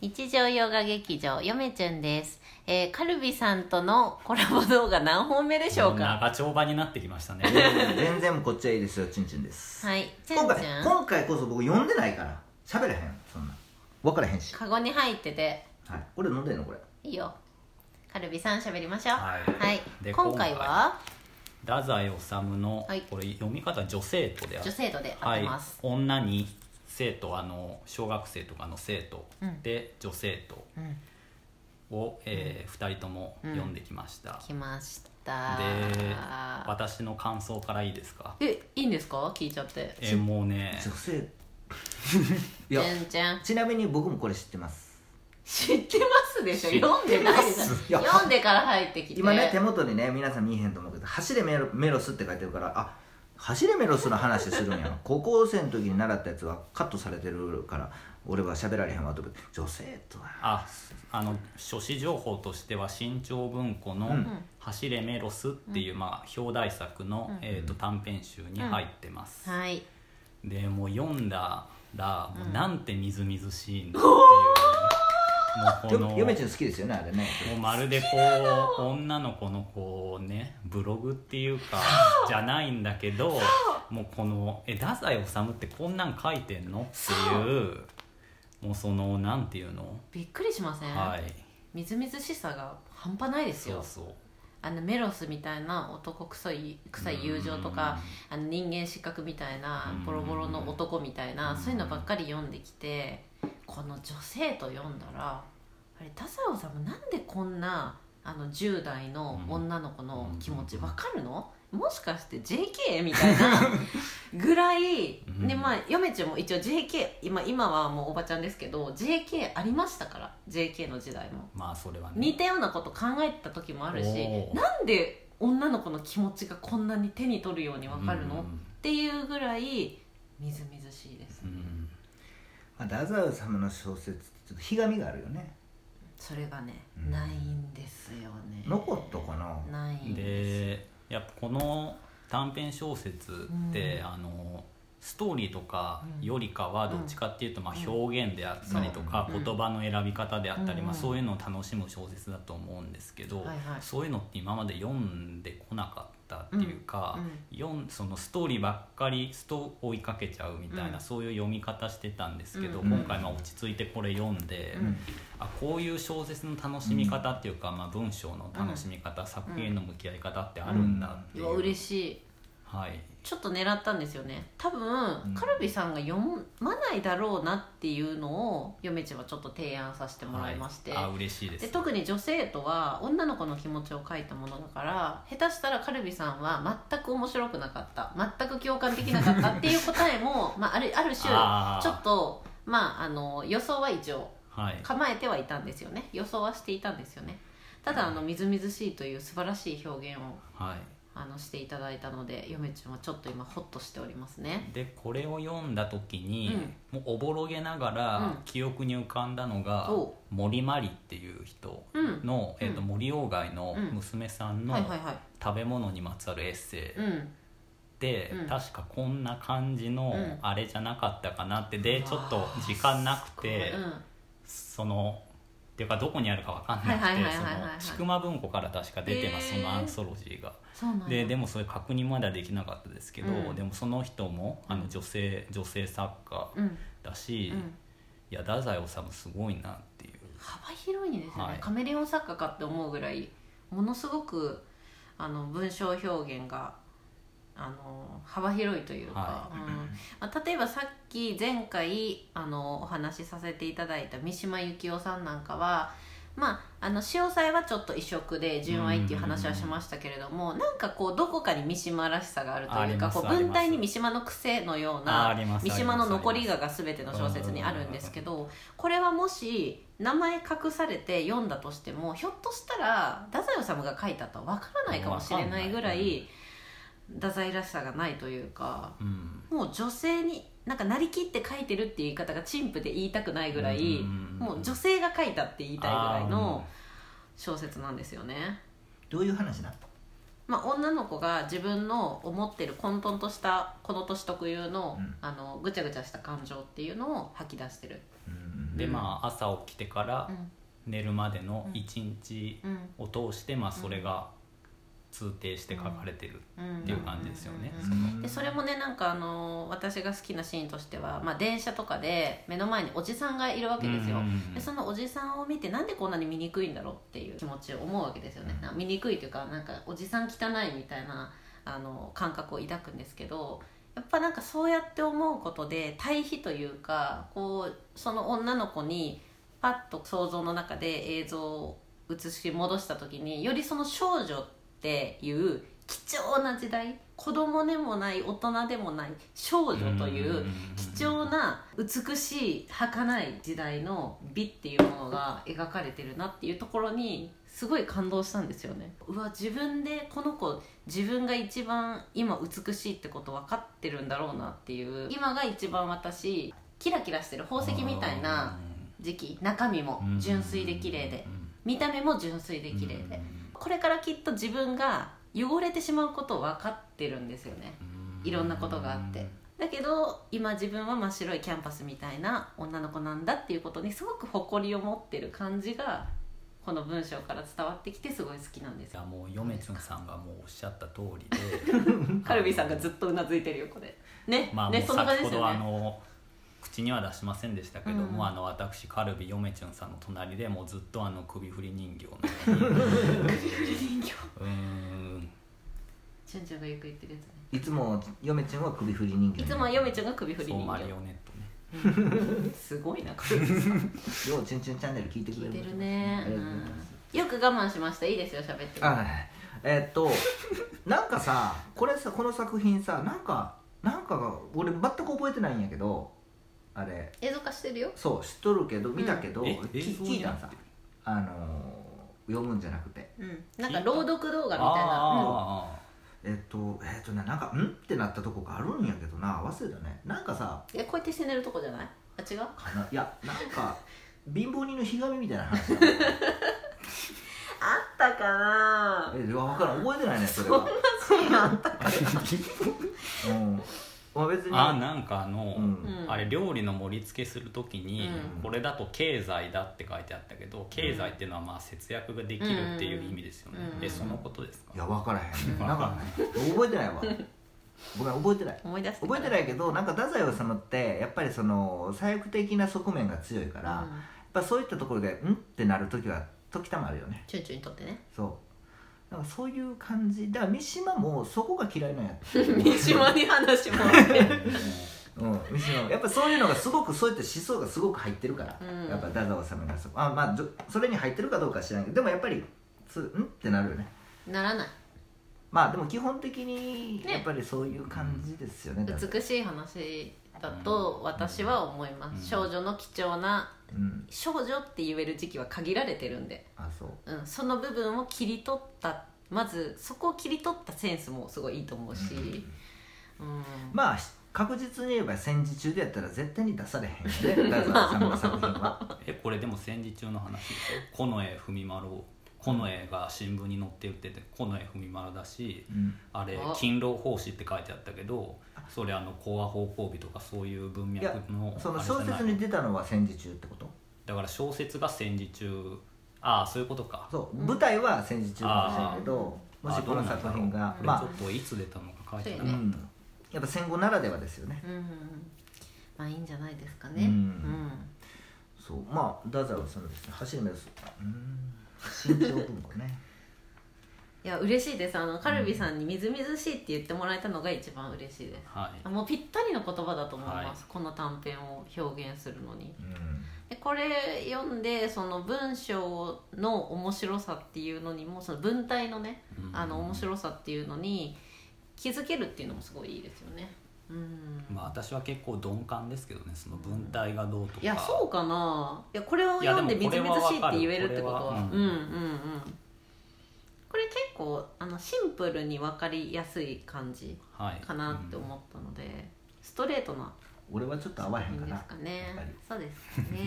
日常洋画劇場よめちゅんです、えー、カルビさんとのコラボ動画何本目でしょうか長丁場になってきましたね 全然こっちはいいですよちんちんです、はいちゅん今回ちゅん今回こそ僕読んでないから喋れへんそんな分からへんし、カゴに入っててはい、これ飲んでんのこれいいよカルビさん喋りましょうは、はいで今回は太宰治の、はいこれ読み方女生徒であ女生徒で会ってます、はい、女に生徒あの小学生とかの生徒、うんで女生徒うんを、え2人とも読んできました、来ましたで私の感想からいいですかえいいんですか聞いちゃってえーもうね女性いちやゅんちゃんちなみに僕もこれ知ってます知ってますでしょ知ってます読んでないじゃんいや読んでから入ってきて今ね手元にね皆さん見えへんと思うけど「走れメロメロス」って書いてるからあ走れメロスの話する んや高校生の時に習ったやつはカットされてるから俺は喋られへんわと思って女性とはああの書誌情報としては新潮文庫のうん「走れメロス」っていう、まあ、表題作の、えー、と短編集に入ってます、はいでもう読んだらもうなんてみずみずしいんだっていうね、もようこのよめちゃん好きですよねあれねもうまるでこう女の子のこうねブログっていうかじゃないんだけどもうこの「え太宰治ってこんなん書いてんの?」っていうもうそのなんていうの、びっくりしません、はいみずみずしさが半端ないですそようそうあのメロスみたいな男臭い臭い友情とかあの人間失格みたいなうんボロボロの男みたいなうんそういうのばっかり読んできてこの女性と読んだらあれ田沢さんもなんでこんなあの10代の女の子の気持ちわかるのもしかして JK? みたい なぐらいうんでまあ嫁ちゃんも一応 JK 今今はもうおばちゃんですけど JK ありましたから JK の時代も。まあそれはね似たようなこと考えてた時もあるしおーなんで女の子の気持ちがこんなに手に取るようにわかるの、うっんていうぐらいみずみずしいです、うんまあ太宰治の小説ってちょっとひがみがあるよねそれがね、うんないんですよね残ったかなないんですでやっぱこの短編小説って、うあのストーリーとかうんよりかはどっちかっていうと、まあ、表現であったりとか、うん言葉の選び方であったり、うんまあ、そういうのを楽しむ小説だと思うんですけど、はいはいそういうのって今まで読んでこなかったっていうか、読んそのストーリーばっかりスト追いかけちゃうみたいな、うんそういう読み方してたんですけど、うん今回まあ落ち着いてこれ読んで。うんあこういう小説の楽しみ方っていうか、まあ、文章の楽しみ方、作品への向き合い方ってあるんだってういわう、嬉しいはい、ちょっと狙ったんですよね多分、うんカルビさんが読まないだろうなっていうのを嫁ちゃんはちょっと提案させてもらいまして、はい、あ嬉しいですで特に女性とは女の子の気持ちを書いたものだから下手したらカルビさんは全く面白くなかった全く共感できなかったっていう答えも、 まあ、あるある種あーちょっと、まあ、あの予想は一応はい、構えてはいたんですよね予想はしていたんですよねただあのみずみずしいという素晴らしい表現をはあのしていただいたので嫁ちゃんはちょっと今ホッとしておりますねい、でこれを読んだ時に、もうおぼろげながうんら記憶に浮かんだのが、おう森まりっていう人うんの、うんえー、と森鴎外の娘さんのはいはいはい食べ物にまつわるエッセイ、うんで、うん確かこんな感じのうんあれじゃなかったかなって、でちょっと時間なくて。うんそのっていうかどこにあるかわかんなはいくはいてはいそはいはいの千曲文庫から確か出てます、へーそのアンソロジーが。そうなんだででもそれ確認まだできなかったですけど、うんでもその人もあの女性女性作家うんだし、うんいや太宰治すごいなっていう。幅広いんですよね、はいカメレオン作家かって思うぐらいものすごくあの文章表現があの幅広いというか、はうんまあ、例えばさっき前回あのお話しさせていただいた三島由紀夫さんなんかは。まあ、あの潮騒はちょっと異色で純愛っていう話はしましたけれどもなんかこうどこかに三島らしさがあるとあいりうかますこうあります文体に三島の癖のようああなります三島の残りあがが全ての小説にあるんですけどこれはもし名前隠されて読んだとしてもひょっとしたら太宰治が書いたとは分からないかもしれないぐらい太宰らしさがないというかうんもう女性になんかなりきって書いてるっていう言い方が陳腐で言いたくないぐらいんもう女性が書いたって言いたいぐらいのあ小説なんですよね。どういう話なのまあ、女の子が自分の思ってる混沌としたこの年特有の,、うんあのぐちゃぐちゃした感情っていうのを吐き出してるうんうんでまあ朝起きてからうん寝るまでの一日うんを通して、まあ、それが通底して書かれてる、うんっていう感じですよねうんそのでそれもねなんかあのー私が好きなシーンとしては、まあ、電車とかで目の前におじさんがいるわけですよ、うんうんうんでそのおじさんを見てなんでこんなに醜いんだろうっていう気持ちを思うわけですよね、なんか醜いというかなんかおじさん汚いみたいなあの感覚を抱くんですけどやっぱなんかそうやって思うことで対比というかこうその女の子にパッと想像の中で映像を映し戻した時によりその少女っていう貴重な時代子供でもない大人でもない少女という貴重な美しい儚い時代の美っていうものが描かれてるなっていうところにすごい感動したんですよねうわ自分でこの子自分が一番今美しいってこと分かってるんだろうなっていう今が一番私キラキラしてる宝石みたいな時期中身も純粋で綺麗で見た目も純粋で綺麗でこれからきっと自分が汚れてしまうことを分かってるんですよねいろんなことがあってだけど今自分は真っ白いキャンパスみたいな女の子なんだっていうことにすごく誇りを持ってる感じがこの文章から伝わってきてすごい好きなんですじゃよあもう米津さんがもうおっしゃった通りで カルビーさんがずっとうなずいてるよこれね,、まあもうねそんな感先じですほどよあねの口には出しませんでしたけどうんも、あの私カルビヨメチュンさんの隣でもうずっとあの首振り人形のように人形うーんチュンチュンがよく言ってるやつねいつも嫁ちゃんは首振り人形いつもヨメちゃんが首振りそう人マ形リオネットねすごいなカルビーさんようチュンチュンチャンネル聞いてく聞れいるてるねありがとうございますうんよく我慢しましたいいですよ喋ってあはいえーっとなんかさこれさこの作品さなんかなんかが俺全く覚えてないんやけどあれ映像化してるよそう知っとるけど見たけど、うんえき映像聞いにたなってんさるあのー読むんじゃなくてうんなんか朗読動画みたいなあえーっとえーっとねなんか「ん?」ってなったとこがあるんやけどな忘れたねなんかさうんえこうやって攻めるとこじゃないあ違うかないやなんか貧乏人のひがみみたいな話だな あったかなえ分からん覚えてないねそれは うんまあ別ーにあーなんかあの、うんうんあれ料理の盛り付けする時に、うんこれだと経済だって書いてあったけど経済っていうのはまあ節約ができるっていう意味ですよね、うんえそのことですかいや分からへんねわなんかか覚えてないわごめん覚えてない思い出して覚えていないけどなんか太宰治ってやっぱりその左翼的な側面が強いから、やっぱそういったところで「ん?」ってなる時は時たまあるよねチュンチュンにとってねそうなんかそういう感じだから三島もそこが嫌いなんやって三島に話もあって うん、三島もやっぱそういうのがすごくそういった思想がすごく入ってるから、うんやっぱ太宰治がそこあまあじょそれに入ってるかどうかは知らんけどでもやっぱり「つん?」ってなるよねならないまあでも基本的にねやっぱりそういう感じですよねだから美しい話だと私は思います、うん少女の貴重なうん少女って言える時期は限られてるんで、あそううん、その部分を切り取ったまずそこを切り取ったセンスもすごいいいと思うし、うんまあし確実に言えば戦時中でやったら絶対に出されへんよね太宰治の作品は えこれでも戦時中の話でしょ近衛文丸を近衛が新聞に載って売ってて近衛文丸だしうんあれあ勤労奉仕って書いてあったけどそれあの講和奉公日とかそういう文い脈やのそのあれじゃ小ない説に出たのは戦時中ってことだから小説が戦時中ああそういうことかそう、うん舞台は戦時中かもしれんけどあもしこの作品あがこれまちょっといつ出たのか書いてあ、そない、ううねん、やっぱ戦後ならではですよねうんうんうんまあいいんじゃないですかねうんうんそうまあ太宰治ですね走る目ですうん新潮文庫ねいや嬉しいですあのカルビさんにみずみずしいって言ってもらえたのが一番嬉しいですはいあもうぴったりの言葉だと思います、はいこの短編を表現するのにうんでこれ読んでその文章の面白さっていうのにもその文体のねうんあの面白さっていうのに気づけるっていうのもすごいいいですよねうんまあ私は結構鈍感ですけどねその文体がどうとかいやそうかないやこれを読んでいみやずでみもこれずはしいって言えるってことはわかるうんうこんれうはんこれ結構あのシンプルに分かりやすい感じはいかなって思ったので、ストレートな俺はちょっと合わへん作品かでなすかねやっぱりそうですか ね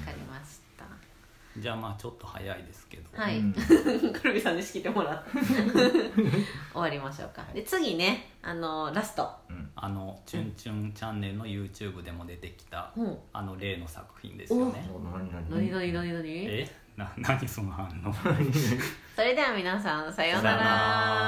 わかりましたうんじゃあまあちょっと早いですけどはういん黒部さんに仕 切ってもらって終わりましょうかで次ねあのラストうんああの「チュンチュンチャンネル」の YouTube でも出てきたうんあの例の作品ですよね お何何のりのりのりのりえな何その反応それでは皆さんさようなさようなら